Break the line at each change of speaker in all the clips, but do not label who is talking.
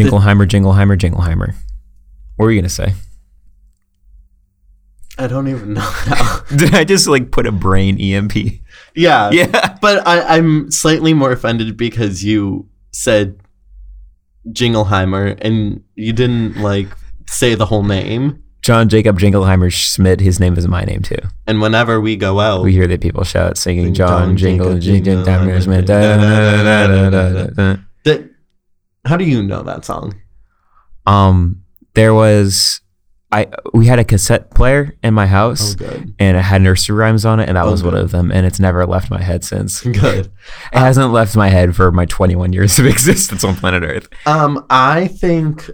Jingleheimer, Jingleheimer, Jingleheimer. What were you gonna say?
I don't even know now.
Did I just like put a brain EMP? Uh,
yeah.
Yeah.
But I, I'm slightly more offended because you said Jingleheimer and you didn't like say the whole name.
John Jacob Jingleheimer Schmidt. His name is my name too.
And whenever we go out,
We hear the people shout singing
Sing
John
John
Jingle
Jacob
Jingle Jingleheimer
Jingleheimer
Schmidt.
Schmidt.
Da, da, da, da, da, da, da, da, da.
that, how do you know that song?
um there was I we had a cassette player in my house
Oh, good.
and it had nursery rhymes on it and that
Oh,
was one
good.
of them and it's never left my head since. It
Good.
hasn't left my head for my 21 years of existence on planet Earth.
Um, I think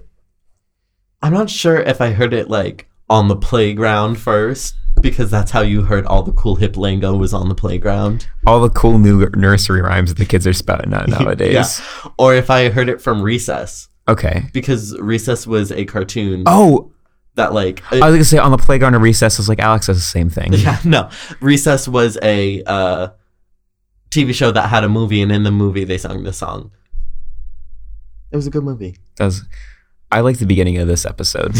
I'm not sure if I heard it like on the playground first because that's how you heard all the cool hip lingo was on the playground,
All the cool new nursery rhymes that the kids are spouting out nowadays.
or if I heard it from recess
Okay.
because recess was a cartoon
Oh,
that like uh,
I was gonna say on the playground or recess. I was like, Alex does the same thing.
yeah no recess was a uh, TV show that had a movie and in the movie they sung this song. It was a good movie.
Does I like the beginning of this episode?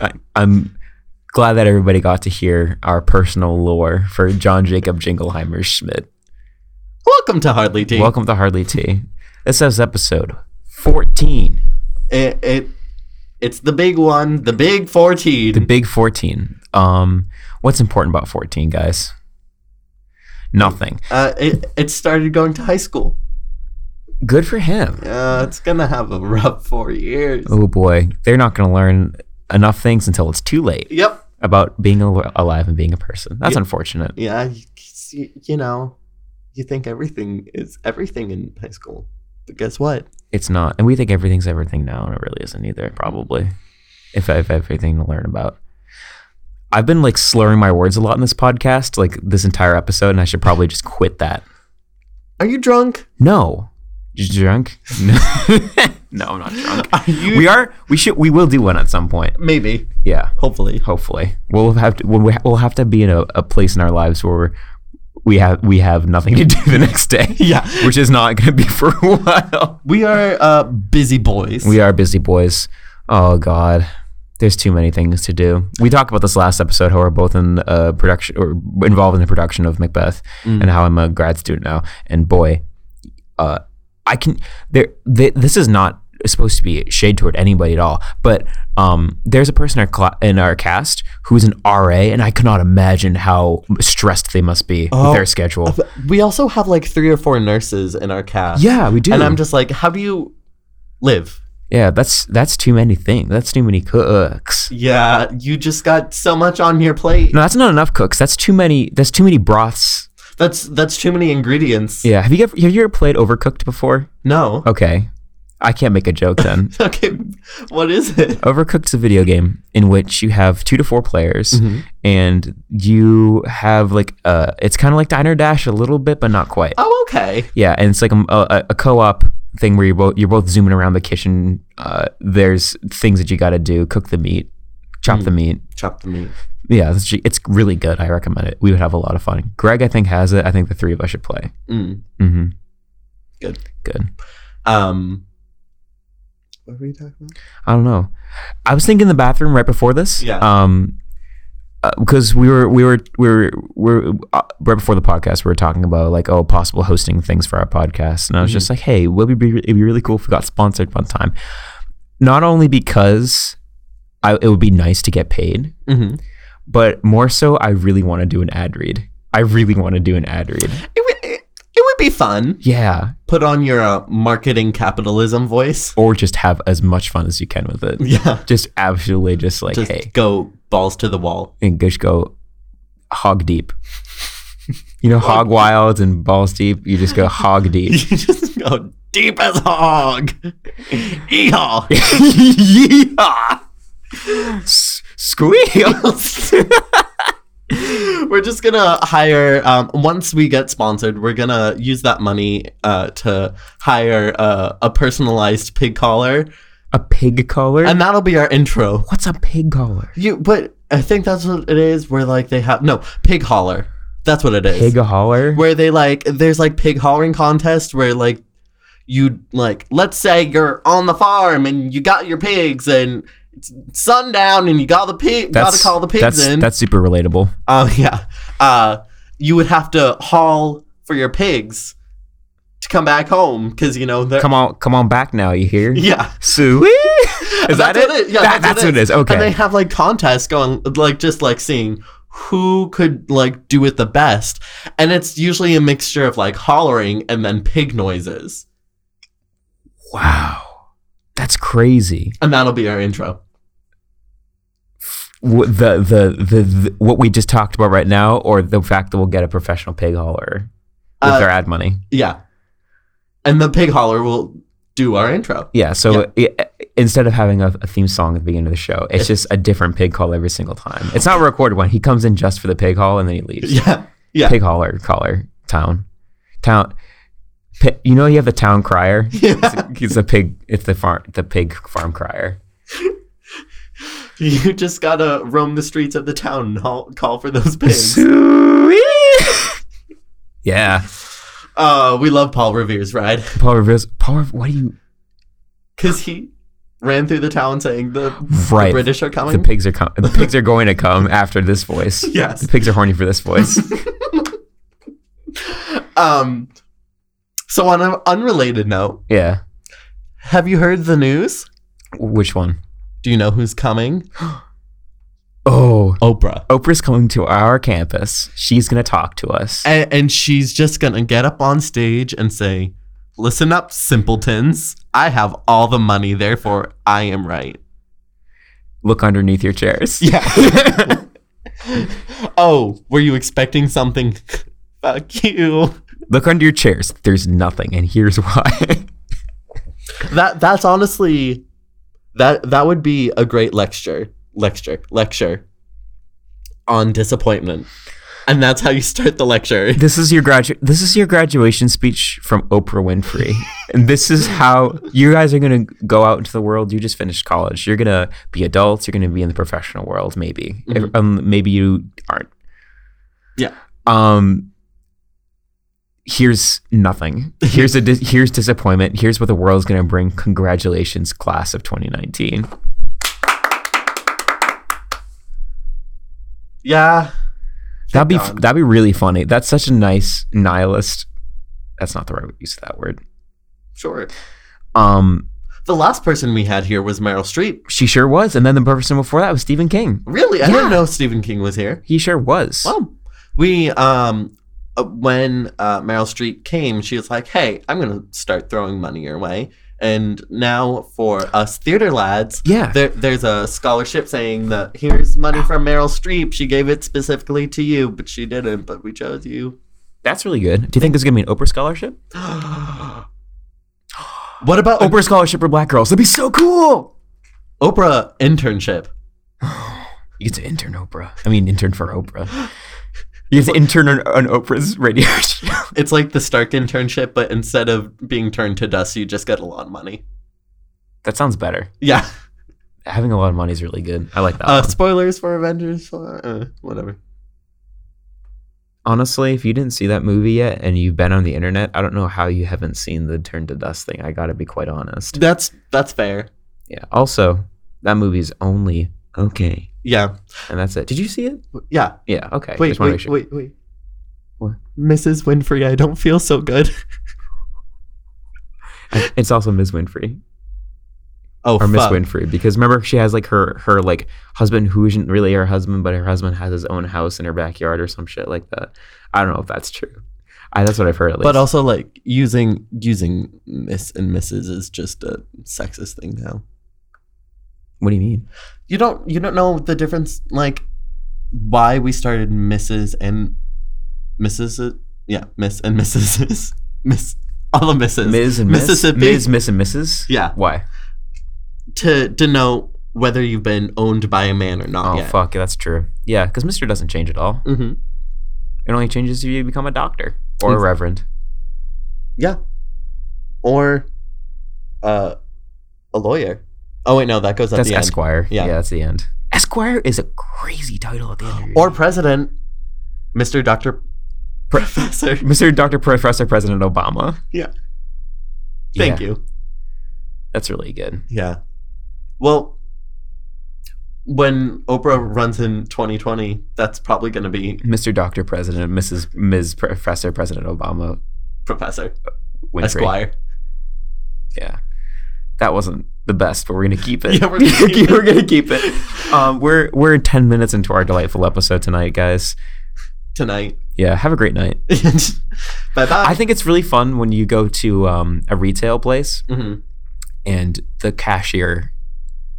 I, I'm glad that everybody got to hear our personal lore for John Jacob Jingleheimer Schmidt.
Welcome to Hardly Tea.
Welcome to Hardly Tea. This is episode 14,
It, it it's the big one, the big fourteen.
the big 14. Um, what's important about 14, guys? Nothing.
Uh, it, it started going to high school.
Good for him.
Uh, it's gonna have a rough four years.
Oh boy, they're not gonna learn enough things until it's too late
Yep.
about being al- alive and being a person. That's
Yeah.
unfortunate.
Yeah. You, you- you know, you think everything is everything in high school, but guess what?
it's not. And we think everything's everything now, and it really isn't either, probably. If I have everything to learn about. I've been like slurring my words a lot in this podcast, like this entire episode, and I should probably just quit that.
Are you drunk?
No. You drunk? No. no, I'm not drunk.
Are you?
We are we should we will do one at some point.
Maybe.
Yeah.
Hopefully.
Hopefully. We'll have to we'll, we'll have to be in a, a place in our lives where we're, we have we have nothing to do the next day.
Yeah.
Which is not gonna be for a while.
We are uh, busy boys.
We are busy boys. Oh God, there's too many things to do. We talked about this last episode how we're both in uh, production or involved in the production of Macbeth, and how I'm a grad student now. And boy, uh, I can there. Th- this is not supposed to be shade toward anybody at all, but um, there's a person in our, cla in our cast who's an RA, and I cannot imagine how stressed they must be
Oh.
with their schedule.
But we also have like three or four nurses in our cast.
Yeah, we do.
And I'm just like, how do you live?
yeah, that's that's too many things. That's too many cooks.
Yeah, Uh, you just got so much on your plate.
No, that's not enough cooks. That's too many. That's too many broths.
That's that's too many ingredients.
Yeah. Have you ever have you ever played Overcooked before?
No.
Okay, I can't make a joke then.
Okay, what is it?
Overcooked's a video game in which you have two to four players, and you have like uh, it's kind of like Diner Dash a little bit, but not quite.
Oh, okay.
Yeah, and it's like a, a, a co-op thing where you're both you're both zooming around the kitchen. Uh, there's things that you got to do: cook the meat, chop the meat,
Chop the meat.
Yeah, it's, ju- it's really good. I recommend it. We would have a lot of fun. Greg, I think, has it. I think the three of us should play.
Mm.
Mm-hmm.
Good.
Good.
Um, what were you talking about?
I don't know. I was thinking in the bathroom right before this.
Yeah.
Um, uh, because we were we were we were, we were uh, right before the podcast, we were talking about like oh possible hosting things for our podcast, and I was just
Mm-hmm.
like, hey, would it be it'd be really cool if we got sponsored one time. Not only because I, it would be nice to get paid,
Mm-hmm.
but more so, I really want to do an ad read. I really want to do an ad read.
It would it, it would be fun.
Yeah.
Put on your uh, marketing capitalism voice.
or just have as much fun as you can with it.
Yeah.
Just absolutely just like,
Just
hey,
go balls to the wall.
and just go hog deep. You know, hog wild and balls deep. You just go hog
You
deep.
just go deep as a hog. Yeehaw.
yeah. S- squeal.
We're just gonna hire. Um, once we get sponsored, we're gonna use that money uh, to hire uh, a personalized pig collar,
A pig collar?
and that'll be our intro.
What's a pig collar?
You, but I think that's what it is. Where like they have no pig holler. That's what it is.
Pig holler?
where they like there's like pig hollering contest where like you like let's say you're on the farm and you got your pigs and it's sundown and you got the pig got to call the pigs
that's,
in.
That's super relatable.
Oh yeah. Uh, you would have to haul for your pigs to come back home because you know they're
Come on, come on back now. You hear?
Uh, yeah.
Sue. Is that
That's
it?
what Yeah,
That- that's what it is. Okay.
And they have like contests going, like just like seeing who could like do it the best, and it's usually a mixture of like hollering and then pig noises,
Wow, that's crazy.
and that'll be our intro.
Wh- The, the the the what we just talked about right now, or the fact that we'll get a professional pig hauler with
Uh,
their ad money.
Yeah, and the pig holler will do our intro.
Yeah. So i- instead of having a, a theme song at the beginning of the show, it's just a different pig call every single time. It's not a recorded one. He comes in just for the pig haul and then he leaves.
Yeah, yeah,
Pig hauler, caller, town, town. Pi- you know you have the town crier.
yeah.
It's the pig. It's the farm. The pig farm crier.
You just gotta roam the streets of the town and haul, call for those pigs.
yeah.
Uh, we love Paul Revere's ride
Paul Revere's Paul. Revere, what do you?
because he ran through the town saying the, the
Right.
British are coming.
The pigs are com- The pigs are going to come after this voice.
yes.
The pigs are horny for this voice.
Um, so on an unrelated note,
Yeah.
have you heard the news?
Which one?
Do you know who's coming?
Oh,
Oprah.
Oprah's coming to our campus. She's gonna talk to us.
And, and she's just going to get up on stage and say, Listen up, simpletons. I have all the money, therefore I am right.
Look underneath your chairs.
Yeah. oh, were you expecting something? Fuck you.
Look under your chairs. There's nothing, and here's why.
That that's honestly that that would be a great lecture. Lecture. Lecture on disappointment. And that's how you start the lecture.
this is your gradu- This is your graduation speech from Oprah Winfrey, and this is how you guys are gonna go out into the world. You just finished college. You're gonna be adults. You're gonna be in the professional world, maybe. If-
Mhm.
um, maybe you aren't.
Yeah.
Um. Here's nothing. Here's a dis- here's disappointment. Here's what the world's gonna bring. Congratulations, class of 2019.
Yeah.
That'd be
God.
that'd be really funny. That's such a nice nihilist. That's not the right use of that word.
Sure.
Um,
The last person we had here was Meryl Streep.
she sure was, and then the person before that was Stephen King.
Really? I
Yeah.
didn't know Stephen King was here.
He sure was.
Well, we um uh, when uh, Meryl Streep came, she was like, "Hey, I'm gonna start throwing money your way." And now for us theater lads,
yeah,
There, there's a scholarship saying that here's money from Meryl Streep. She gave it specifically to you, but she didn't. But we chose you.
that's really good. Do you think there's gonna be an Oprah scholarship?
what about Oprah?
Oprah scholarship for black girls. That'd be so cool.
Oprah internship.
You get to intern Oprah. I mean, intern for Oprah. You get to intern on, on Oprah's radio show.
It's like the Stark internship, but instead of being turned to dust, you just get a lot of money.
that sounds better.
Yeah.
Having a lot of money is really good. I like that.
Uh,
one.
spoilers for Avengers. Uh, whatever.
Honestly, if you didn't see that movie yet and you've been on the internet, I don't know how you haven't seen the turn to dust thing. I gotta be quite honest.
That's that's fair.
Yeah. Also, that movie's only okay,
Yeah.
and that's it. Did you see it?
Yeah.
Yeah. Okay.
Wait.
Just wanna
Wait.
make sure.
Wait. Wait.
What?
Mrs. Winfrey, I don't feel so good.
It's also Ms. Winfrey
Oh,
or Miss
fuck.
Winfrey because remember she has like her her like husband who isn't really her husband, but her husband has his own house in her backyard or some shit like that. I don't know if that's true. I that's what I've heard at least.
But also, like using using Miss and Mrs. is just a sexist thing now.
what do you mean?
You don't you don't know the difference, like why we started Mrs. and Mrs. Yeah, Miss and Mrs. Miss all the Mrs.
Ms. and Miss?
Mississippi.
Ms. Miss and Mrs.
Yeah,
Why?
to denote whether you've been owned by a man or not
Oh
yet.
fuck, that's true. Yeah, because Mister doesn't change at all.
hmm
It only changes if you become a doctor or a
Ex-
reverend.
Yeah, or uh, a lawyer. Oh wait, no, that goes at
That's
the end.
Esquire.
Yeah.
that's the end. Esquire is a crazy title at the end. Of your
Or president, Mister Doctor Professor.
Mr. Dr. Professor President Obama.
Yeah. Thank
Yeah.
you.
That's really good.
Yeah. Well, when Oprah runs in 2020, that's probably going to be
Mr. Doctor President, Mrs. Ms. Professor President Obama
Professor
Winfrey.
Esquire.
Yeah, that wasn't the best, but we're gonna keep it.
Yeah, we're gonna keep it. Uh,
We're gonna keep it. Um, we're we're ten minutes into our delightful episode tonight, guys.
Tonight.
Yeah, have a great night.
bye bye.
I think it's really fun when you go to um, a retail place
Mhm.
and the cashier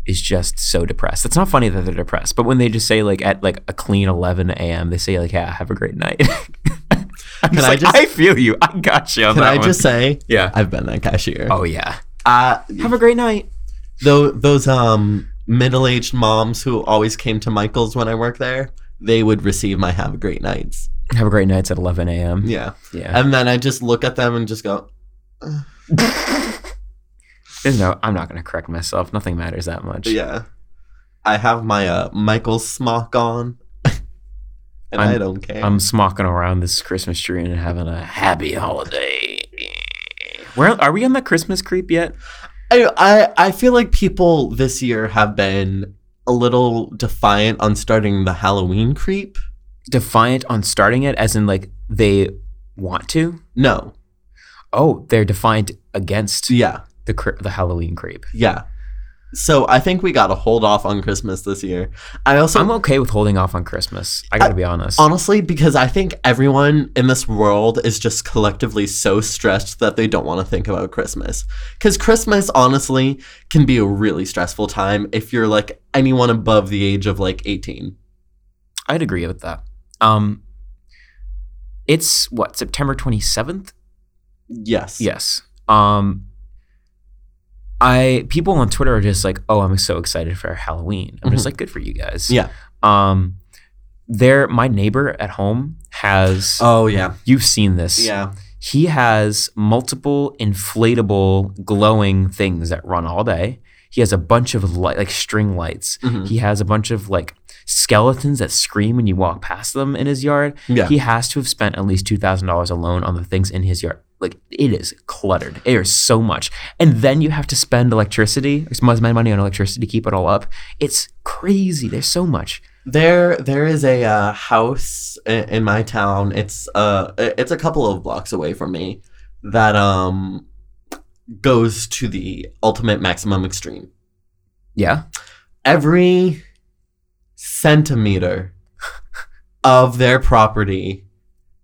is just so depressed. It's not funny that they're depressed, but when they just say like at like a clean 11 a.m., they say like, "Yeah, have a great night." I'm
Can
just
I
like,
just-
I feel you. I got you. on
Can
that
I
one."
just say,
Yeah.
I've been that cashier.
Oh yeah.
Uh,
Have a great night.
though those um middle-aged moms who always came to Michael's when I worked there, they would receive my have a great nights.
Have a great nights at 11 a.m.
Yeah.
Yeah.
And then I just look at them and just go,
There's no. I'm not gonna correct myself. Nothing matters that much.
yeah. I have my uh Michael's smock on. and I'm, I
I'm-
do not care.
I'm smocking around this Christmas tree and having a happy holiday. Where are we on that Christmas creep yet?
I, I I feel like people this year have been a little defiant on starting the Halloween creep.
Defiant on starting it, as in like they want to.
No.
Oh, they're defiant against
Yeah.
the cre- the Halloween creep.
Yeah. So I think we got to hold off on Christmas this year. I also
I'm okay with holding off on Christmas. I gotta be honest.
honestly because I think everyone in this world is just collectively so stressed that they don't want to think about Christmas. Cuz Christmas honestly can be a really stressful time if you're like anyone above the age of like 18.
I'd agree with that. Um, it's what September 27th.
Yes.
Yes. Um I people on Twitter are just like, "Oh, I'm so excited for Halloween." I'm just
Mhm.
like, "Good for you guys."
Yeah.
Um there my neighbor at home has
Oh yeah.
you've seen this.
Yeah.
He has multiple inflatable glowing things that run all day. He has a bunch of light like string lights.
Mhm.
He has a bunch of like skeletons that scream when you walk past them in his yard.
Yeah.
He has to have spent at least two thousand dollars alone on the things in his yard. Like it is cluttered. There is so much, and then you have to spend electricity. or Spend money on electricity to keep it all up. It's crazy. There's so much.
There, there is a uh, house in, in my town. It's uh, it's a couple of blocks away from me that um goes to the ultimate maximum extreme.
Yeah.
Every centimeter of their property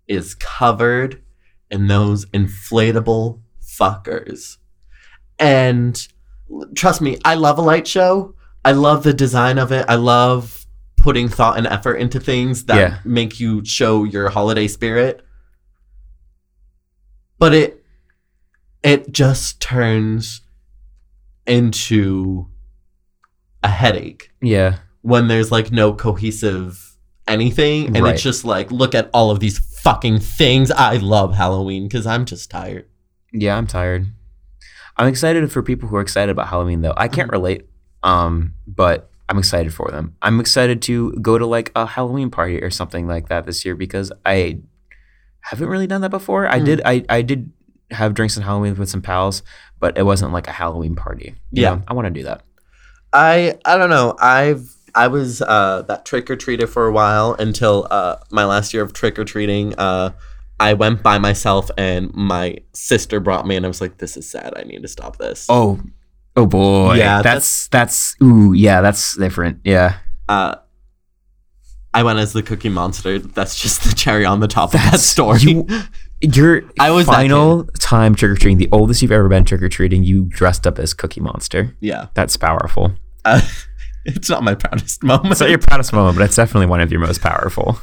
is covered in those inflatable fuckers. And trust me, I love a light show. I love the design of it. I love putting thought and effort into things that
Yeah.
make you show your holiday spirit. But it it just turns into a headache
Yeah.
when there's like no cohesive anything and
Right.
it's just like look at all of these fucking things. I love Halloween cuz I'm just tired.
Yeah. I'm tired. I'm excited for people who are excited about Halloween though. I can't relate. Um, but I'm excited for them. I'm excited to go to like a Halloween party or something like that this year because I haven't really done that before. I
Mm.
did I, I did have drinks on Halloween with some pals, but it wasn't like a Halloween party. you
Yeah.
know? I want to do that.
I I don't know. I've I was uh, that trick or treater for a while until uh, my last year of trick or treating. Uh, I went by myself and my sister brought me, and I was like, "This is sad. I need to stop this."
Oh, oh boy.
Yeah,
that's that's ooh yeah, that's different. Yeah,
Uh, I went as the Cookie Monster. That's just the cherry on the top of that
That's-
story.
you- your
I was that
final time trick or treating, the oldest you've ever been trick or treating. You dressed up as Cookie Monster.
yeah,
That's powerful.
uh, it's not my proudest moment.
It's not your proudest moment, but it's definitely one of your most powerful.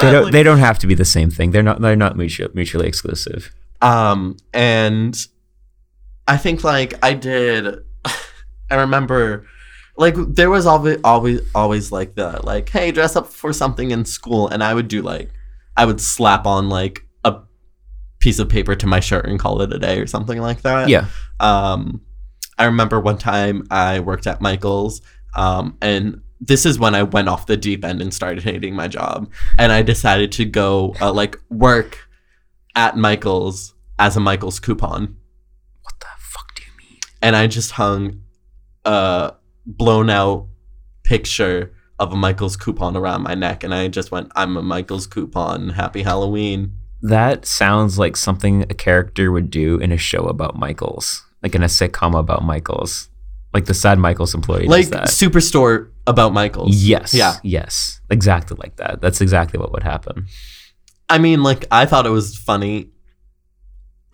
They don't, they don't have to be the same thing. They're not. They're not mutually, mutually exclusive.
Um, and I think like I did. I remember, like there was always always always like the like, hey, dress up for something in school, and I would do like, I would slap on like a piece of paper to my shirt and call it a day or something like that.
Yeah.
Um, I remember one time I worked at Michael's, um, and this is when I went off the deep end and started hating my job, and I decided to go uh, like work at Michael's as a Michael's coupon.
what the fuck do you mean?
and I just hung a blown out picture of a Michael's coupon around my neck, and I just went, "I'm a Michael's coupon. Happy Halloween."
That sounds like something a character would do in a show about Michaels, like in a sitcom about Michaels, like the sad Michaels employee
like
does that.
superstore about Michael's.
Yes.
Yeah.
Yes. Exactly like that. That's exactly what would happen.
I mean, like I thought it was funny.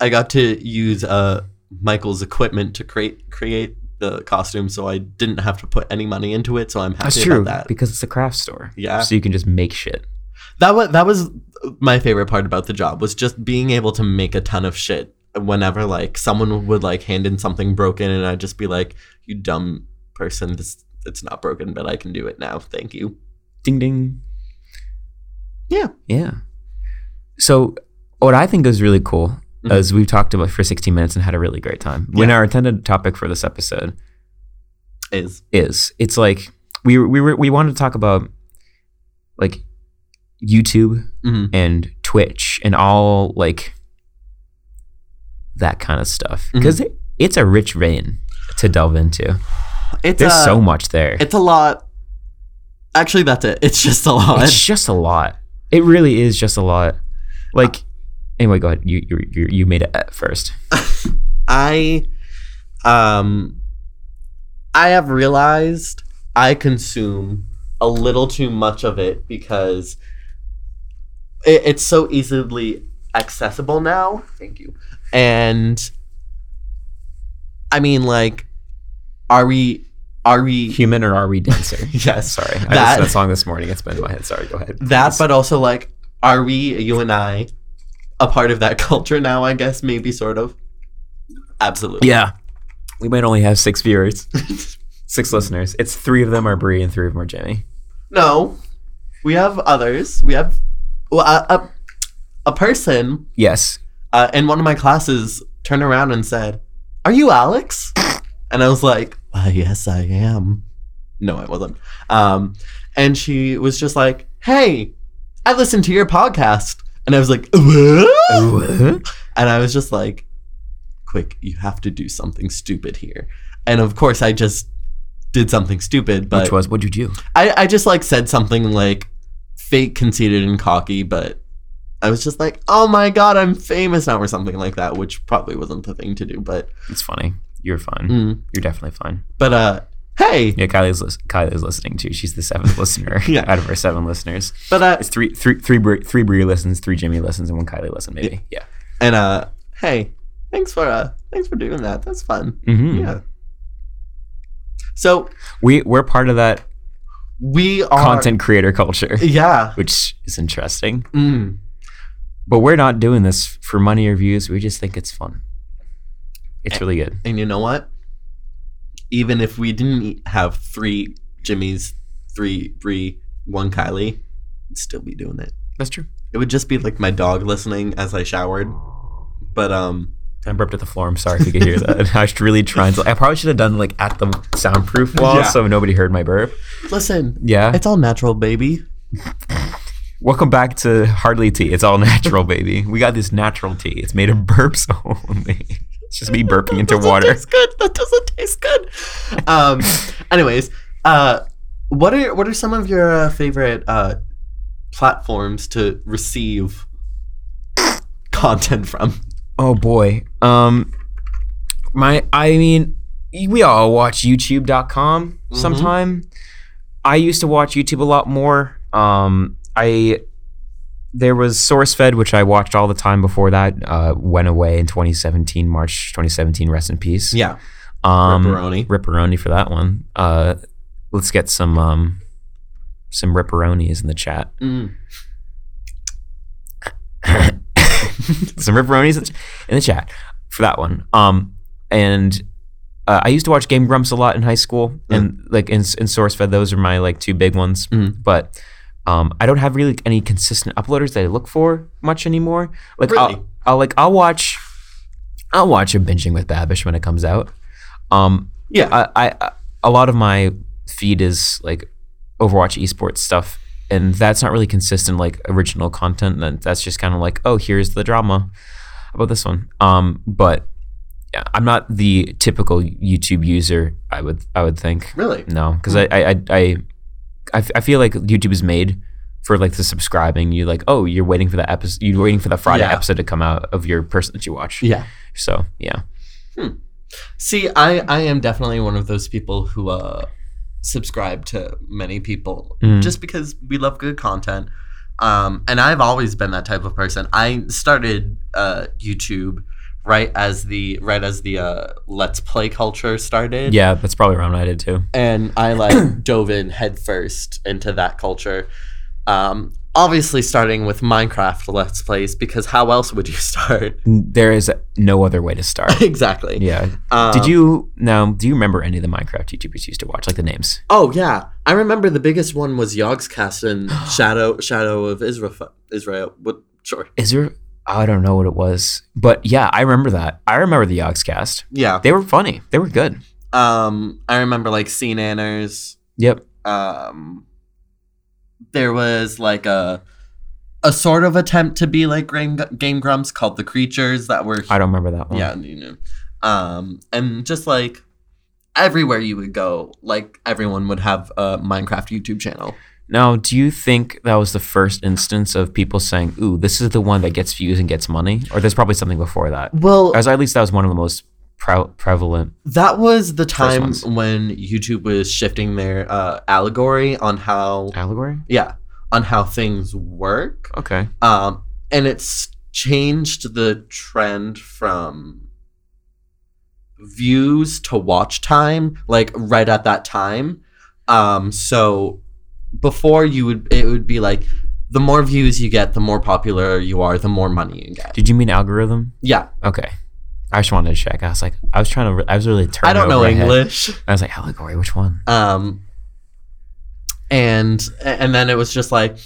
I got to use uh Michael's equipment to create create the costume, so I didn't have to put any money into it. So I'm happy
That's true
about that.
because it's a craft store.
Yeah.
So you can just make shit.
That was that was my favorite part about the job was just being able to make a ton of shit whenever like someone would like hand in something broken and I'd just be like, "You dumb person, this it's not broken, but I can do it now. Thank you."
Ding ding.
Yeah.
Yeah. So what I think is really cool
Mhm.
is we've talked about for 16 minutes and had a really great time. When
Yeah.
our intended topic for this episode
Is
is it's like we we were we wanted to talk about like YouTube
Mhm.
and Twitch and all like that kind of stuff because it's a rich vein to delve into.
Mm-hmm. it's
There's
a,
so much there.
it's a lot. Actually, that's it. It's just a lot.
It's just a lot. It really is just a lot. Like anyway, go ahead. You you you, you made it at first.
I um I have realized I consume a little too much of it because it, it's so easily accessible now. Thank you. And I mean like are we are we
Human or are we dancer?
yes
Sorry, I
That-
listened to that song this morning. It's been in my head. Sorry, go ahead.
that but also like are we you and I a part of that culture now I guess maybe sort of absolutely
yeah, we might only have six viewers, six listeners. It's three of them are Bree and three of them are Jimmy.
No, we have others. We have well, a, a, a person
Yes,
uh, in one of my classes turned around and said, "Are you Alex?" And I was like, "Why, yes, I am." No, I wasn't. Um, and she was just like, "Hey, I listened to your podcast," and I was like, "What?" and I was just like, "Quick, you have to do something stupid here." And of course, I just did something stupid, but
which was what'd you do?
I, I just like said something like fake, conceited, and cocky, but I was just like, oh my god, I'm famous now, or something like that, which probably wasn't the thing to do, but
It's funny. You're fine.
mm.
You're definitely fine.
but uh, hey,
Yeah, Kylie's lis- Kylie's listening too. She's the seventh listener
Yeah.
out of our seven listeners.
but uh,
It's three, three, three, Bree, three Bree listens, three Jimmy listens, and one Kylie listen, maybe. Yeah.
and uh, hey, thanks for uh, thanks for doing that. That's fun.
Mm-hmm.
Yeah. So
We we're part of that
we are
content creator culture,
Yeah.
which is interesting.
Mm.
But we're not doing this for money or views. We just think it's fun. It's really good.
And you know what? Even if we didn't have three Jimmys, three Bree, one Kylie, I'd still be doing it.
That's true.
It would just be like my dog listening as I showered. But um
I burped at the floor. I'm sorry if you could hear that. I was really trying to. I probably should have done like at the soundproof wall
Yeah.
so nobody heard my burp.
listen,
Yeah.
it's all natural, baby.
Welcome back to Hardly Tea. It's all natural, baby. We got this natural tea. It's made of burps only. It's just me burping into
That doesn't
water.
Taste good. That doesn't taste good. Um anyways, uh what are what are some of your uh, favorite uh platforms to receive content from?
Oh boy. Um my I mean we all watch youtube.com
Mhm.
sometime. I used to watch YouTube a lot more. Um I there was SourceFed which I watched all the time before that uh went away in 2017 March 2017 rest in peace.
Yeah.
Um
Ripperoni.
Ripperoni for that one. Uh let's get some um some ripperonis in the chat.
Mm.
some ripperonis in the ch- in the chat for that one. Um, and uh, I used to watch Game Grumps a lot in high school, and like in, in SourceFed, those are my like two big ones.
Mm.
But um, I don't have really any consistent uploaders that I look for much anymore. Like uh,
Really?
I'll, I'll like I'll watch, I'll watch a binging with Babish when it comes out. Um,
Yeah.
I, I- I a lot of my feed is like Overwatch esports stuff, and that's not really consistent like original content. Then that's just kind of like, oh, here's the drama about this one. Um, but yeah, I'm not the typical YouTube user. I would I would think
Really?
no, because I I, I I I f- I feel like YouTube is made for like the subscribing. You like oh you're waiting for the episode. You're waiting for the Friday
Yeah.
episode to come out of your person that you watch.
Yeah.
So yeah,
See, I I am definitely one of those people who uh subscribe to many people
Mm.
just because we love good content. Um and I've always been that type of person. I started uh YouTube right as the right as the uh let's play culture started.
yeah, that's probably around what I did too.
and I like dove in headfirst into that culture. Um, obviously, starting with Minecraft Let's Plays because how else would you start?
There is no other way to start.
exactly.
yeah.
Um,
Did you now? Do you remember any of the Minecraft YouTubers you used to watch, like the names?
Oh yeah, I remember the biggest one was Yogscast and Shadow Shadow of Israel. Israel, what? Sure.
Is there? I don't know what it was, but yeah, I remember that. I remember the Yogscast.
Yeah.
They were funny. They were good.
Um, I remember like Sea Nanners.
Yep.
Um, there was like a a sort of attempt to be like Game, Game Grumps called the Creatures that were
I don't remember that one.
Yeah, you know. Um, and just like everywhere you would go, like everyone would have a Minecraft YouTube channel.
Now, do you think that was the first instance of people saying, "Ooh, this is the one that gets views and gets money," or there's probably something before that?
Well,
As at least that was one of the most pre- prevalent.
that was the time
ones.
when YouTube was shifting their uh, allegory on how,
Allegory.
yeah, on how things work.
Okay.
Um, and it's changed the trend from views to watch time, like right at that time. Um, so before you would, it would be like the more views you get, the more popular you are, the more money you get.
Did you mean algorithm?
Yeah,
Okay. I just wanted to check. I was like, I was trying to. Re- I was really turning.
I don't know
over my head.
English.
I was like, allegory. Which one?
Um, and and then it was just like,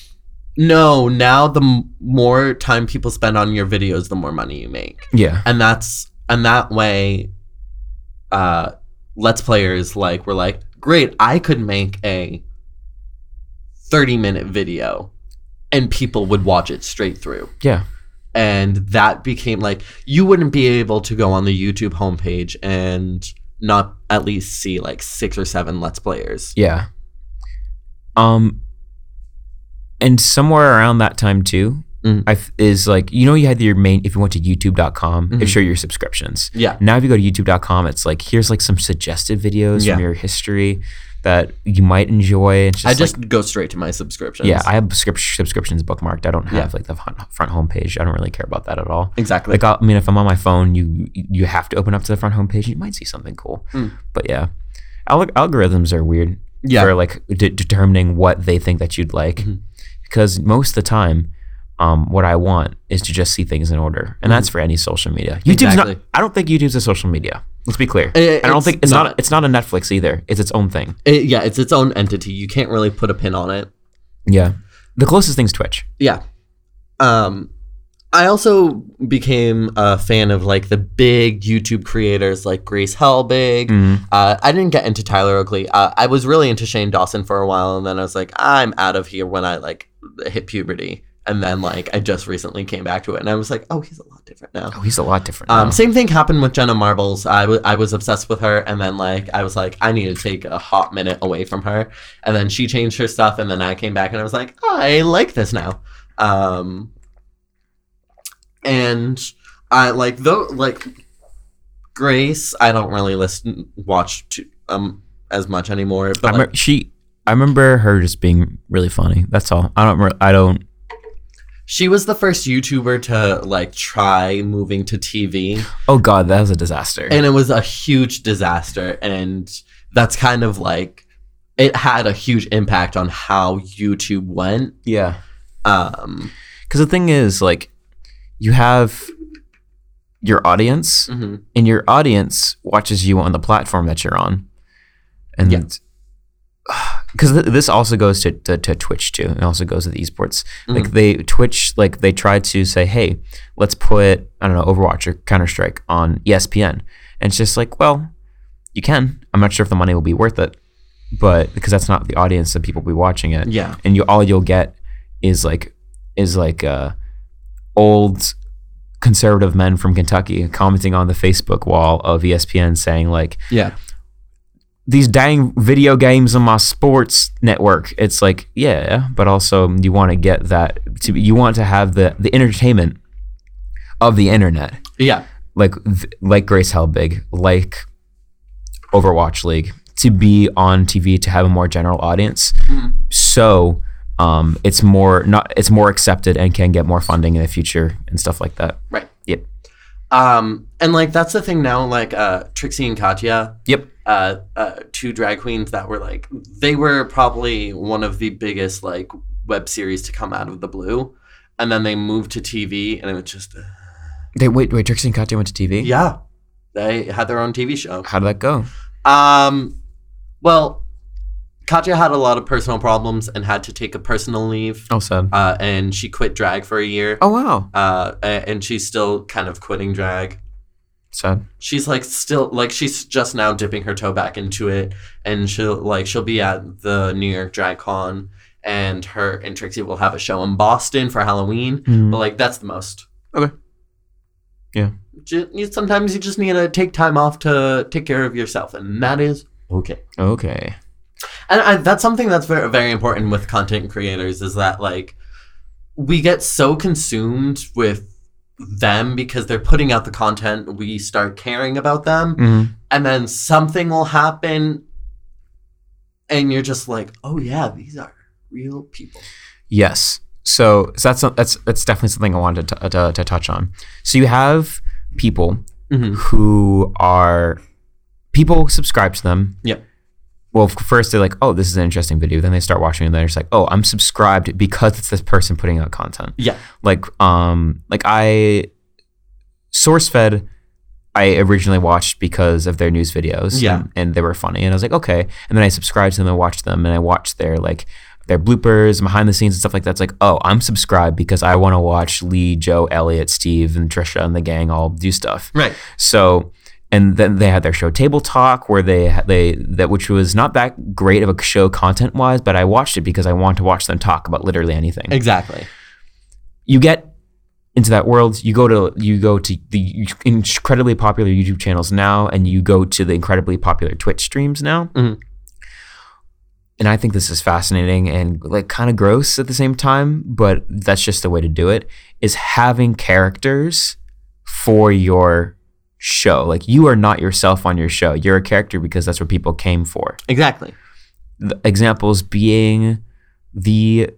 no, now the m- more time people spend on your videos, the more money you make.
Yeah.
and that's and that way uh let's players like were like great i could make a 30 minute video and people would watch it straight through
Yeah.
and that became like you wouldn't be able to go on the youtube homepage and not at least see like six or seven let's players
Yeah. Um, and somewhere around that time too,
Mm.
I th- is like you know you had your main. If you went to YouTube.com,
Mhm.
it showed your subscriptions.
yeah
Now if you go to YouTube.com, it's like here's like some suggested videos
Yeah.
from your history that you might enjoy. It's just,
i
like-
just go straight to my subscriptions
yeah, I have subscrip- subscriptions bookmarked. I don't
Yeah.
have like the front, front homepage. I don't really care about that at all.
exactly
Like I I mean, if I'm on my phone, you you have to open up to the front homepage. You might see something cool,
Mm.
but yeah, Alg- algorithms are weird
yeah
for like de- determining what they think that you'd like
Mhm.
because most of the time um, what i want is to just see things in order and that's for any social media youtube's
Mm-hmm. Exactly.
not i don't think youtube's a social media let's be clear
Eh,
i don't
it's
think it's not.
not.
it's not a netflix either it's its own thing
It- yeah it's its own entity you can't really put a pin on it
yeah the closest thing's twitch
Yeah. Um I also became a fan of like the big YouTube creators like Grace Helbig.
Mm.
Uh, I didn't get into Tyler Oakley. Uh, I was really into Shane Dawson for a while, and then I was like, I'm out of here when I like hit puberty. And then like I just recently came back to it, and I was like, oh, he's a lot different now.
oh he's a lot different
Um,
now.
same thing happened with Jenna Marbles. I wa- I was obsessed with her, and then like I was like, I need to take a hot minute away from her, and then she changed her stuff, and then I came back and I was like, "Oh, I like this now. Um, and I like though like Grace. I don't really listen watch to, um as much anymore,
I
but like,
remember- she i remember her just being really funny that's all i don't re- i don't
she was the first YouTuber to like try moving to TV.
oh god that was a disaster
and it was a huge disaster and that's kind of like it had a huge impact on how youtube went
yeah
um
because the thing is like you have your audience
mhm.
and your audience watches you on the platform that you're on. And
Yeah.
because th- this also goes to, to, to Twitch too. It also goes to the esports. Like they Twitch, like they try to say, hey, let's put I don't know Overwatch or Counter Strike on E ESPN, and it's just like, well, you can. I'm not sure if the money will be worth it, but because that's not the audience that people will be watching it
yeah
and you all you'll get is like is like uh old conservative men from Kentucky commenting on the Facebook wall of E ESPN saying like
Yeah.
these dang video games on my sports network. It's like, yeah, but also you want to get that to you want to have the the entertainment of the internet.
Yeah.
Like th- like Grace Helbig, like Overwatch League to be on TV to have a more general audience.
Mhm.
So um, it's more not it's more accepted and can get more funding in the future and stuff like that.
Um, and like that's the thing now, like uh Trixie and Katya,
Yep.
uh, uh two drag queens that were like they were probably one of the biggest like web series to come out of the blue. And then they moved to TV and it was just
They, wait, wait, Trixie and Katya went to TV?
Yeah. They had their own TV show.
How did that go?
Um, well, Katya had a lot of personal problems and had to take a personal leave,
Oh, sad.
uh, and she quit drag for a year.
Oh, wow.
Uh, a- and she's still kind of quitting drag.
Sad.
She's like still like she's just now dipping her toe back into it, and she'll like she'll be at the New York Drag Con, and her and Trixie will have a show in Boston for Halloween. But like that's the most.
Hmm. Okay. Yeah.
Ju- you- sometimes you just need to take time off to take care of yourself, and that is okay.
Okay.
and I, that's something that's very, very important with content creators is that like we get so consumed with them because they're putting out the content we start caring about them and then something will happen and you're just like oh yeah these are real people
Yes. So, so that's that's that's definitely something I wanted to, to, to touch on. So you have people
mm-hmm.
who are people subscribe to them.
Yep.
Well, f- first they're like, "Oh, this is an interesting video." Then they start watching, it, and they're just like, "Oh, I'm subscribed because it's this person putting out content."
yeah
like um like I SourceFed I originally watched because of their news videos.
Yeah.
And, and they were funny. And I was like, okay. And then I subscribed to them and watched them and I watched their like their bloopers, behind the scenes and stuff like that. It's like, oh, I'm subscribed because I want to watch Lee, Joe, Elliot, Steve, and Trisha and the gang all do stuff.
right
So, and then they had their show Table Talk, where they they that which was not that great of a show content wise, but I watched it because I want to watch them talk about literally anything
exactly
you get into that world you go to you go to the incredibly popular youtube channels now and you go to the incredibly popular twitch streams now
Mhm.
and i think this is fascinating and like kind of gross at the same time but that's just the way to do it is having characters for your show like you are not yourself on your show you're a character because that's what people came for
exactly
the examples being the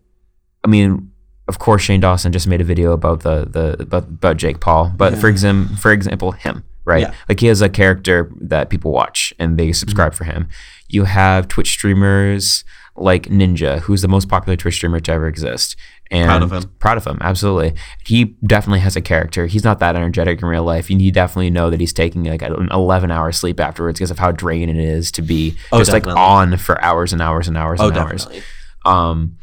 I mean, of course Shane Dawson just made a video about the the about, about Jake Paul, but for exam for example him, right?
Yeah. Mm-hmm.
Like he has a character that people watch and they subscribe for him. You have Twitch streamers like Ninja, who's the most popular Twitch streamer to ever exist. And
Proud of him.
Proud of him, absolutely. He definitely has a character. He's not that energetic in real life. You you definitely know that he's taking like an 11 hour sleep afterwards because of how draining it is to be
Oh,
just like
definitely.
on for hours and hours and hours
oh
and hours.
definitely
Um,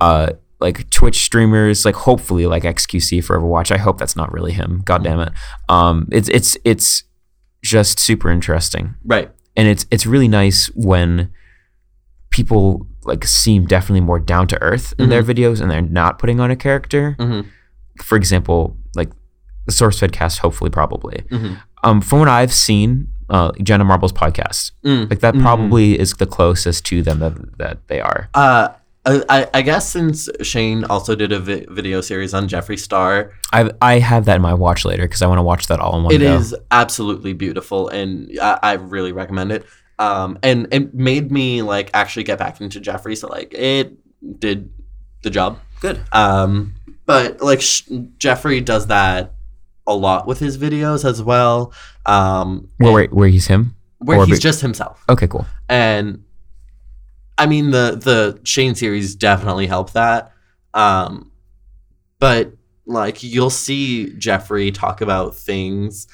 uh, like Twitch streamers, like hopefully like XQC Forever Watch. I hope that's not really him.
Mm.
God damn it. Um, it's it's it's just super interesting,
right
and it's it's really nice when people like seem definitely more down to earth in
Mm-hmm.
their videos, and they're not putting on a character.
Mhm.
For example, like the SourceFed cast, hopefully, probably.
Mhm.
Um, from what I've seen, uh, Jenna Marbles podcast,
Mm.
like that
Mhm.
probably is the closest to them that, that they are.
uh I, I- I guess since Shane also did a vi- video series on Jeffree Star,
I I have that in my watch later because I want to watch that all in one
It is
go.
absolutely beautiful, and I, I really recommend it. Um, and it made me like actually get back into Jeffrey, so like it did the job.
Good.
Um, but like sh- Jeffrey does that a lot with his videos as well. Um,
Where where, where he's him?
where
or
he's
be-
just himself,
Okay, cool.
and I mean the the Shane series definitely helped that. Um, but like you'll see Jeffrey talk about things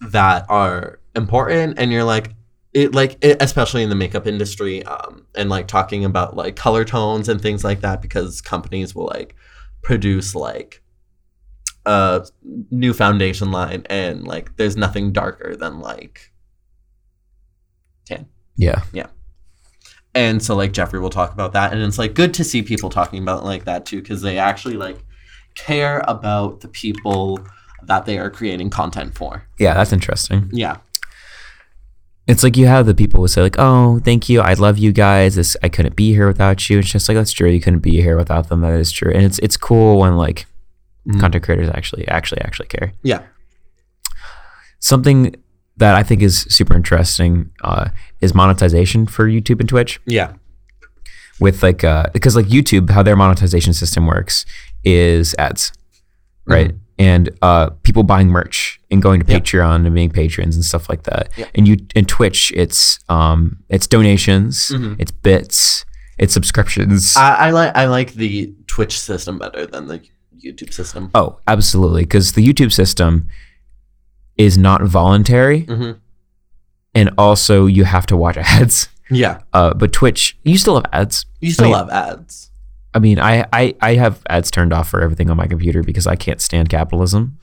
that are important and you're like it like it, especially in the makeup industry um and like talking about like color tones and things like that because companies will like produce like a new foundation line and like there's nothing darker than like
Yeah,
and so like jeffrey will talk about that and it's like good to see people talking about it like that too because they actually like care about the people that they are creating content for.
Yeah, that's interesting.
Yeah.
It's like you have the people who say like, "Oh, thank you, I love you guys. This I couldn't be here without you." It's just like that's true. You couldn't be here without them. That is true, and it's it's cool when like
Mhm.
content creators actually actually actually care.
Yeah.
Something that I think is super interesting uh, is monetization for YouTube and Twitch.
Yeah.
with like uh because like YouTube, how their monetization system works is ads, right? And uh people buying merch and going to
Mm-hmm. Yeah.
Patreon and being patrons and stuff like that.
Yeah.
And you and Twitch, it's um it's donations,
Mhm.
it's bits, it's subscriptions.
I, I like I like the Twitch system better than the YouTube system.
oh, absolutely, because the YouTube system is not voluntary,
hmm
and also you have to watch ads.
Yeah.
Uh, but Twitch, you still have ads.
You still
mean-
have ads.
I mean, I, I I have ads turned off for everything on my computer because I can't stand capitalism.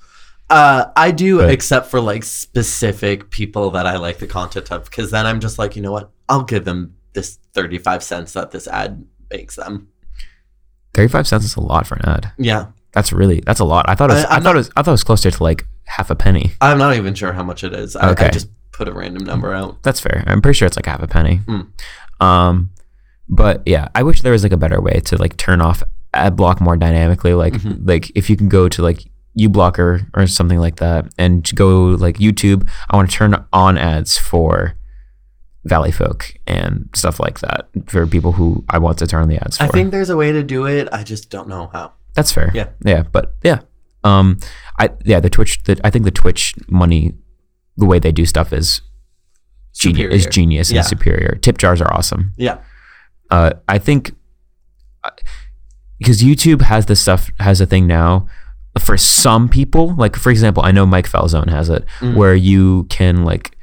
Uh, I do,
Right.
except for like specific people that I like the content of, because then I'm just like, you know what? I'll give them this 35 cents that this ad makes them.
35 cents is a lot for an ad.
Yeah.
That's really that's a lot. I thought it was,
I-
I,
I'm
thought it was I thought it was closer to like half a penny.
I'm not even sure how much it is. I, I
Okay.
just put a random number out.
That's fair. I'm pretty sure it's like half a penny.
Mm.
Um but yeah, I wish there was like a better way to like turn off ad block more dynamically like
Mhm.
like if you can go to like uBlocker or something like that and to go like YouTube, I want to turn on ads for Valley Folk and stuff like that for people who I want to turn on the ads for.
I think there's a way to do it. I just don't know how.
That's fair.
Yeah.
Yeah. But yeah. Um. I yeah the Twitch. The, I think the Twitch money, the way they do stuff is genius. Is
Superior.
genius
Yeah.
and superior. Tip jars are awesome.
Yeah.
Uh. I think. Because YouTube has this stuff has a thing now, for some people. Like for example, I know Mike Falzone has it,
Mm.
where you can like,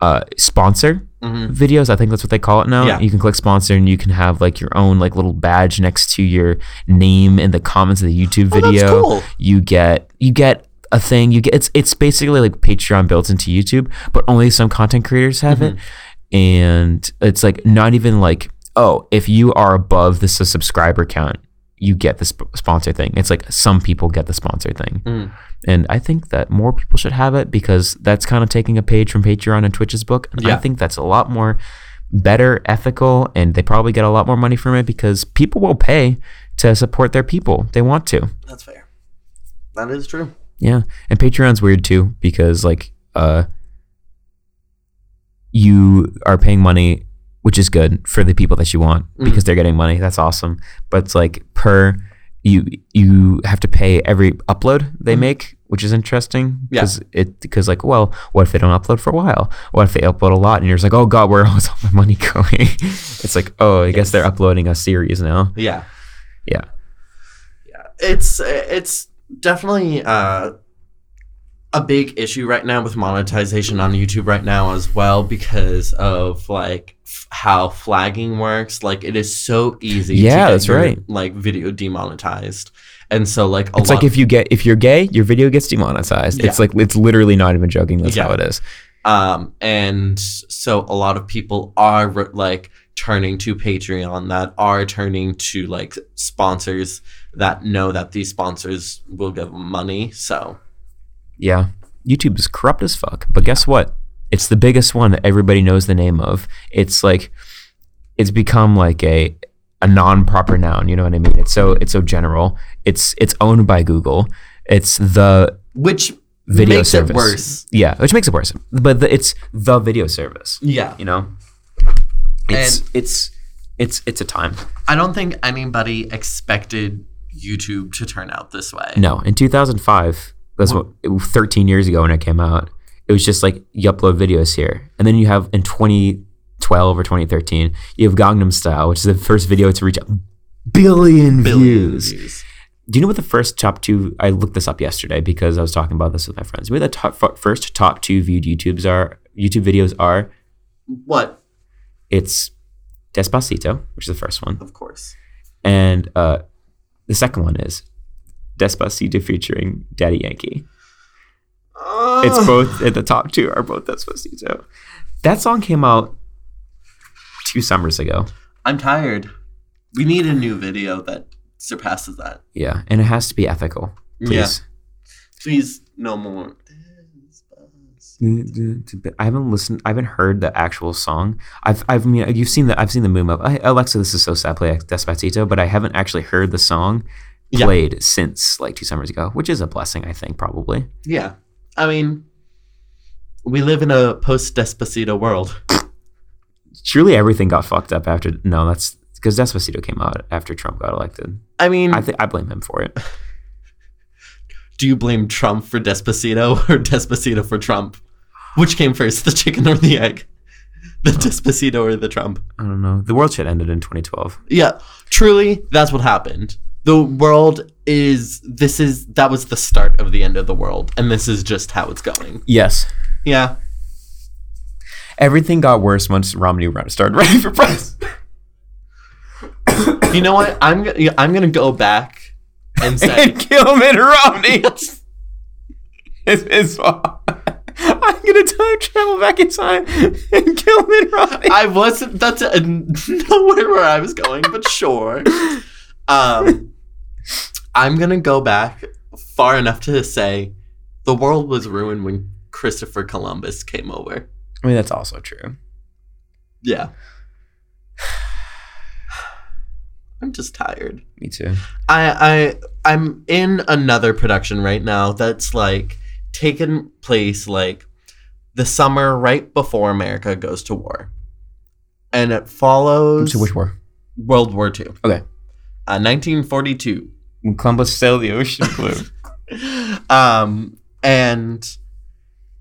uh, sponsor
hmm
videos. I think that's what they call it now.
Yeah.
You can click sponsor and you can have like your own like little badge next to your name in the comments of the YouTube
Oh, that's
video.
cool.
You get you get a thing. You get it's it's basically like Patreon built into YouTube, but only some content creators have
Mm-hmm.
it. And it's like not even like oh, if you are above this subscriber count, you get the sp- sponsor thing. It's like some people get the sponsor thing.
Mm.
And I think that more people should have it because that's kind of taking a page from Patreon and Twitch's book. And
Yeah.
I think that's a lot more better, ethical, and they probably get a lot more money from it because people will pay to support their people. They want to.
That's fair. That is true.
Yeah. And Patreon's weird too because like uh you are paying money, which is good for the people that you want because they're getting money. That's awesome. But it's like per you you have to pay every upload they make, which is interesting
Yeah.
because it because like well, what if they don't upload for a while? What if they upload a lot and you're just like, "Oh god, where is all my money going?" it's like, "Oh, I guess they're uploading a series now."
Yeah.
Yeah.
Yeah, it's it's definitely uh, a big issue right now with monetization on YouTube right now as well because of like f- how flagging works. Like it is so easy. to
Yeah,
get
that's
your,
right.
Like video demonetized, and so like a
it's
lot.
like if you get if you're gay, your video gets demonetized. It's like it's literally not even joking. That's
Yeah.
how it is.
um, and so a lot of people are re- like turning to Patreon that are turning to like sponsors that know that these sponsors will give them money. So
Yeah, YouTube is corrupt as fuck. But guess what? It's the biggest one that everybody knows the name of. It's like it's become like a a non proper noun. You know what I mean? It's so it's so general. It's it's owned by Google. It's the
which
video
makes
service.
it worse.
Yeah, which makes it worse. But the, it's the video service.
Yeah,
You know, it's it's it's it's a time.
I don't think anybody expected YouTube to turn out this way.
No, in 2005, that's what, 13 years ago when it came out, it was just like you upload videos here. And then you have in 2012 or 2013, you have Gangnam Style, which is the first video to reach a billion,
Billion
views.
views.
Do you know what the first top two? I looked this up yesterday because I was talking about this with my friends. You know what the top, f- first top two viewed YouTubes are YouTube videos are?
What?
It's Despacito, which is the first one,
Of course.
and uh, the second one is Despacito featuring Daddy Yankee. It's
Ugh.
both at the top two are both Despacito. That song came out two summers ago.
I'm tired. We need a new video that surpasses that.
Yeah, and it has to be ethical,
Yeah.
please.
Please no more.
I haven't listened. I haven't heard the actual song. I've, I've, I mean, you've seen the, I've seen the meme of "Hey, Alexa. This is so sad. Play Despacito, but I haven't actually heard the song
Yeah.
played since like two summers ago, which is a blessing, I think, probably.
Yeah, I mean, we live in a post Despacito world.
Surely everything got fucked up after. No, that's because Despacito came out after Trump got elected.
I mean,
I think I blame him for it.
do you blame Trump for Despacito or Despacito for Trump? Which came first, the chicken or the egg? The Despacito or the Trump?
I don't know. The world shit ended in 2012.
Yeah, truly, that's what happened. The world is this is that was the start of the end of the world, and this is just how it's going.
Yes,
Yeah,
everything got worse once Romney run- started running for president.
you know what? I'm go- yeah, I'm gonna go back and say
and Kilman Romney is his fault. I'm gonna time travel back in time and Kilman Romney.
I wasn't. That's a, nowhere where I was going, but sure. Um, I'm gonna go back far enough to say the world was ruined when Christopher Columbus came over.
I mean, that's also true.
Yeah. I'm just tired.
Me too.
I I I'm in another production right now that's like taken place like the summer right before America goes to war. And it follows
So which war?
World War II.
Okay.
Uh, 1942.
When Columbus sailed the ocean blue.
um and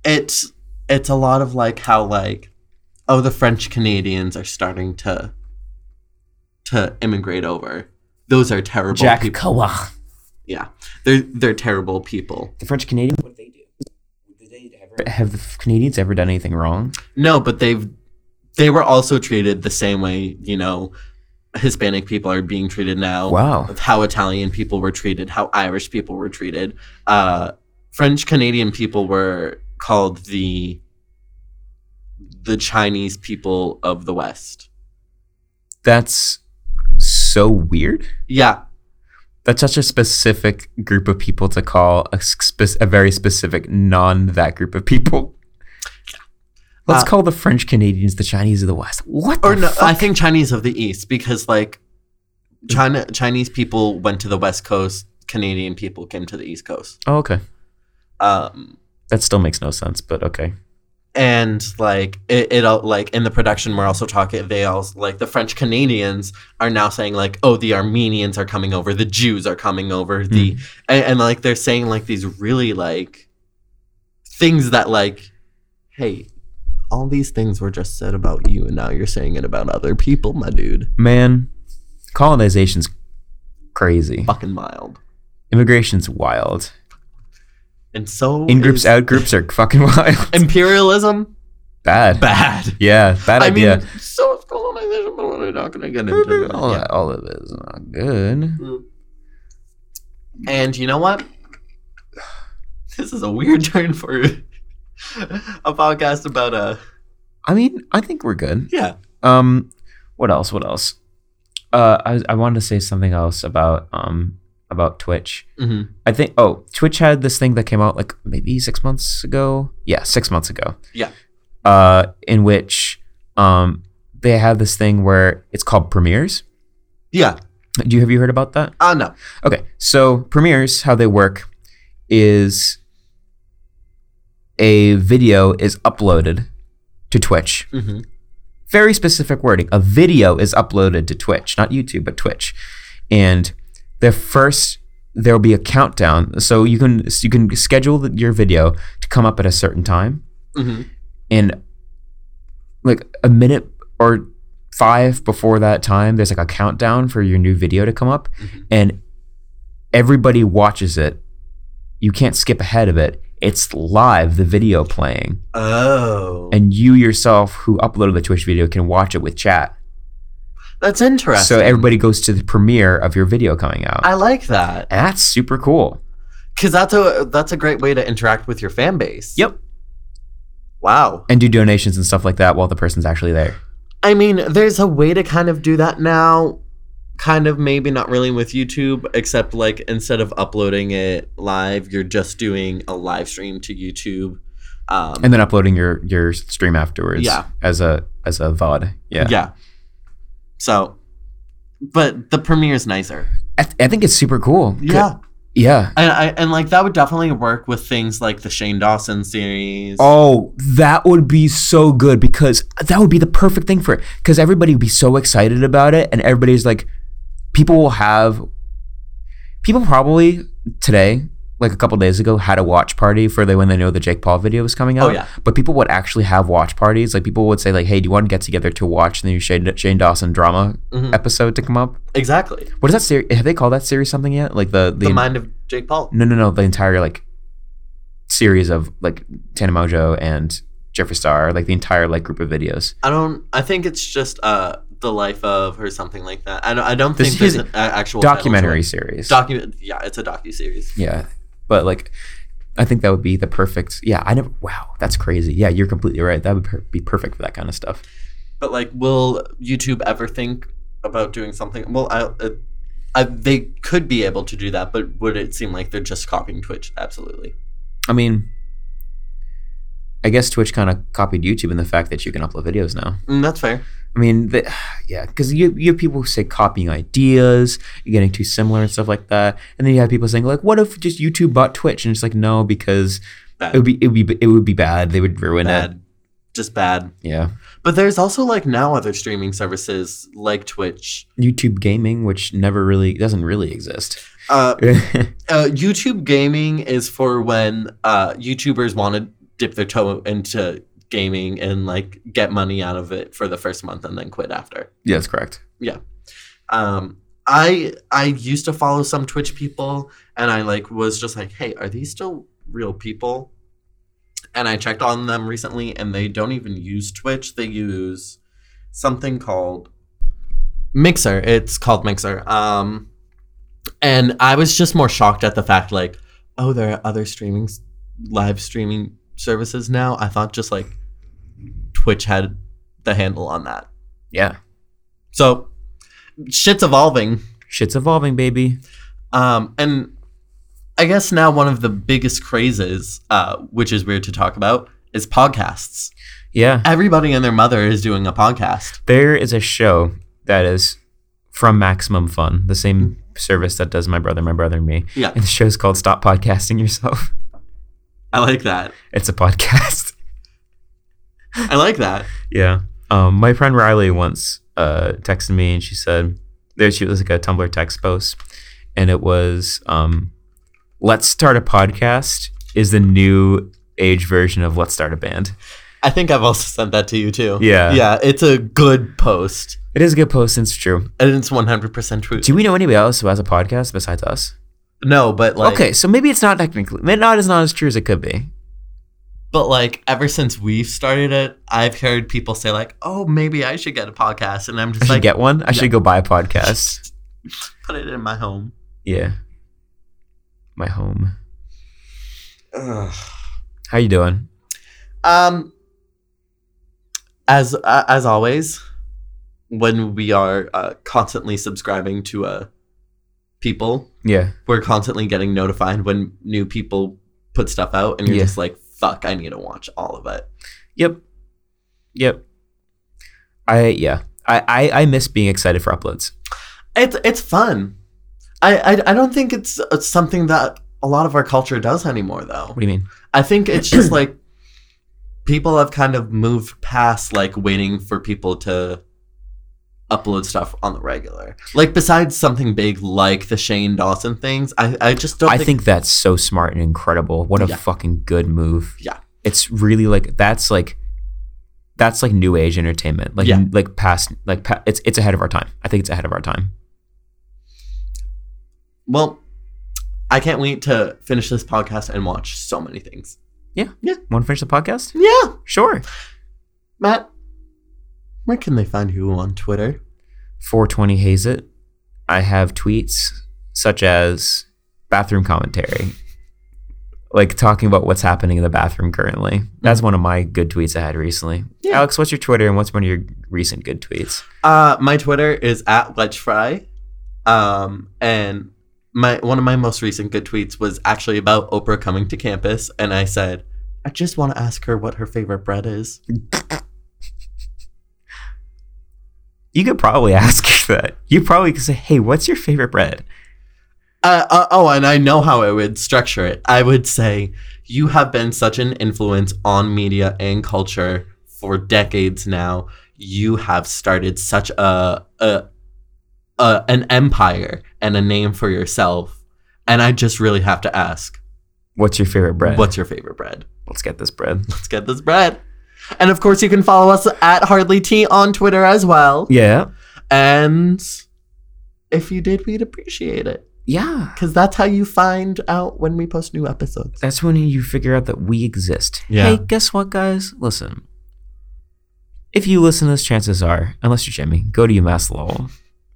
it's it's a lot of like how like oh the french canadians are starting to to immigrate over those are terrible
Jack
people
Kerouac.
yeah they're they're terrible people
The French Canadian. What did they do? Did they ever have the Canadians ever done anything wrong?
no but they've they were also treated the same way you know hispanic people are being treated now
Wow.
of how Italian people were treated, how Irish people were treated. Uh, French Canadian people were called the the Chinese people of the West.
That's so weird.
Yeah,
That's such a specific group of people to call a, spe- a very specific non that group of people. Let's
Uh,
call the French Canadians the Chinese of the West. What?
or
the
no, I
fuck?
think Chinese of the East because like China Chinese people went to the West Coast, Canadian people came to the East Coast.
Oh, okay.
Um,
That still makes no sense, but okay.
and like it, it all like in the production we're also talking they also like the french canadians are now saying like oh the armenians are coming over the jews are coming over the
Mm.
and, and like they're saying like these really like things that like hey all these things were just said about you and now you're saying it about other people my dude
Man, colonization's crazy.
fucking mild
Immigration's wild.
and so
In groups,
is
out groups are fucking wild.
imperialism
bad.
bad
Yeah, bad
i
idea.
mean so is colonization but we're not gonna get into that
all,
Yeah.
that, all of it is not good.
And you know what? This is a weird turn for a podcast about uh
I mean, I think we're good.
yeah.
Um, what else? What else? Uh, I was- I wanted to say something else about um about Twitch.
Mhm.
I think oh, Twitch had this thing that came out like maybe six months ago. Yeah, six months ago.
Yeah.
Uh, in which um they have this thing where it's called premieres.
Yeah.
Do you have you heard about that?
Oh no.
Okay, so premieres, how they work is a video is uploaded to Twitch
Mm-hmm.
very specific wording. A video is uploaded to Twitch, not YouTube, but Twitch, and the first there will be a countdown. So you can you can schedule the, your video to come up at a certain time,
Mm-hmm.
and like a minute or five before that time, there's like a countdown for your new video to come up,
Mhm.
and everybody watches it. You can't skip ahead of it. It's live, the video playing,
Oh.
and you yourself who uploaded the Twitch video can watch it with chat.
That's interesting.
So everybody goes to the premiere of your video coming out.
I like that
and that's super cool.
because that's a that's a great way to interact with your fan base.
Yep.
Wow.
And do donations and stuff like that while the person's actually there.
I mean, there's a way to kind of do that now, kind of maybe not really with YouTube, except like instead of uploading it live, you're just doing a live stream to YouTube. Um,
and then uploading your your stream afterwards.
Yeah.
As a as a VOD. Yeah.
yeah. So, but the premiere is nicer.
I, th- I think it's super cool.
Yeah.
Yeah.
And, I, and like that would definitely work with things like the Shane Dawson series.
Oh, that would be so good because that would be the perfect thing for it. Because everybody would be so excited about it, and everybody's like, people will have, people probably today, like a couple days ago, had a watch party for the when they know the Jake Paul video was coming out.
Oh, yeah.
But people would actually have watch parties. Like people would say, like, hey, do you want to get together to watch the new Shane, Shane Dawson drama
Mhm.
episode to come up?
Exactly.
What is that series? Have they called that series something yet? Like the Mm. the,
The mind of Jake Paul.
no no no the entire like series of like Tanamojo and Jeffree Star, like the entire like group of videos.
I don't. I think it's just uh the life of or something like that. I don't. I don't
This
think there's
is
an a- actual title to it.
Documentary series.
Document. Yeah, it's a docu series.
yeah. But like I think that would be the perfect yeah, I never wow, that's crazy. Yeah, you're completely right. That would per- be perfect for that kind of stuff.
But like, will YouTube ever think about doing something? Well, I, uh, I they could be able to do that, but would it seem like they're just copying Twitch? Absolutely.
I mean I guess Twitch kind of copied YouTube in the fact that you can upload videos now.
Mm, that's fair.
I mean, the, yeah, because you you have people who say copying ideas, you're getting too similar and stuff like that, and then you have people saying like, what if just YouTube bought Twitch? And it's like, no, because
Bad.
it would be it would be it would be bad. They would ruin it.
bad. Just bad.
Yeah,
But there's also like now other streaming services like Twitch.
YouTube gaming, which never really doesn't really exist.
Uh,
yeah,
uh, YouTube gaming is for when uh, YouTubers want to dip their toe into gaming and like get money out of it for the first month and then quit after.
that's correct.
um i i used to follow some twitch people and i like was just like hey are these still real people and i checked on them recently and they don't even use twitch they use something called mixer it's called mixer um and i was just more shocked at the fact like oh there are other streaming s- live streaming services now i thought just like twitch had the handle on that
Yeah,
so shit's evolving.
shit's evolving, baby.
Um, and I guess now one of the biggest crazes, uh, which is weird to talk about, is podcasts.
Yeah,
Everybody and their mother is doing a podcast.
there is a show that is from Maximum Fun, the same service that does my brother, my brother and me,
Yeah,
and the show's called Stop Podcasting Yourself.
I like that.
It's a podcast.
I like that.
Yeah. Um, my friend Riley once uh, texted me and she said, there she was like a Tumblr text post. And it was, um, let's start a podcast is the new age version of let's start a band.
I think I've also sent that to you too.
Yeah.
Yeah, it's a good post.
It is a good post and it's true.
And it's 100% true.
Do we know anybody else who has a podcast besides us?
No, but like
okay. So maybe it's not technically, maybe not as not as true as it could be.
but like ever since we've started it, I've heard people say like, "Oh, maybe I should get a podcast." And I'm
I
just
should
like,
get one. I should go buy a podcast.
"Put it in my home."
yeah. My home. How you doing?
Um, as uh, as always, when we are uh, constantly subscribing to uh, people,
Yeah.
we're constantly getting notified when new people put stuff out, and you're
Yeah.
just like, "Fuck, I need to watch all of it."
Yep. Yep. I yeah. I, I, I miss being excited for uploads.
It's it's fun. I I, I don't think it's uh, something that a lot of our culture does anymore, though.
What do you mean?
I think it's just like people have kind of moved past like waiting for people to upload stuff on the regular. Like besides something big like the Shane Dawson things, I, I just don't
I
think,
think that's so smart and incredible. What a
Yeah.
fucking good move.
Yeah.
It's really like that's like that's like new age entertainment. Like
Yeah.
like past like pa- it's it's ahead of our time. I think it's ahead of our time.
well I can't wait to finish this podcast and watch so many things.
Want to finish the podcast?
Yeah,
Sure.
Matt. Where can they find you on Twitter?
420 Haze It. I have tweets such as bathroom commentary, like talking about what's happening in the bathroom currently. That's one of my good tweets I had recently.
Yeah.
Alex, what's your Twitter and what's one of your recent good tweets?
Uh, my Twitter is at Wedgefry. Um, and my one of my most recent good tweets was actually about Oprah coming to campus, and I said, I just want to ask her what her favorite bread is.
You could probably ask her that. You probably could say, "Hey, what's your favorite bread?"
Uh, uh, oh, and I know how I would structure it. I would say, You have been such an influence on media and culture for decades now. You have started such a, a, a an empire and a name for yourself. And I just really have to ask,
What's your favorite bread?
What's your favorite bread?
Let's get this bread.
Let's get this bread. And of course, you can follow us at Hardly Tea on Twitter as well.
Yeah.
And if you did, we'd appreciate it.
Yeah.
Because that's how you find out when we post new episodes.
That's when you figure out that we exist.
Yeah.
Hey, guess what, guys? Listen. If you listen to this, chances are, unless you're Jimmy, go to UMass Lowell.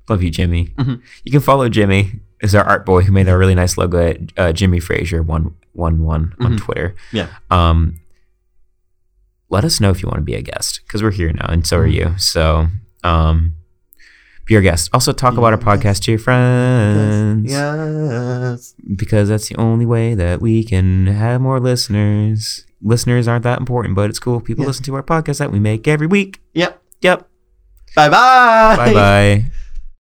Love you, Jimmy.
Mhm.
You can follow Jimmy, is our art boy who made our really nice logo at uh, Jimmy Frazier one one one on
Mhm.
Twitter.
Yeah.
Um. Let us know if you want to be a guest because we're here now, and so are
Mm-hmm.
you. So, um, be our guest. Also, talk
Be
about our
our
podcast
guest.
to your friends
Yes.
because that's the only way that we can have more listeners. Listeners aren't that important, but it's cool. People
Yeah.
listen to our podcast that we make every week.
Yep.
Yep.
Bye bye.
Bye bye.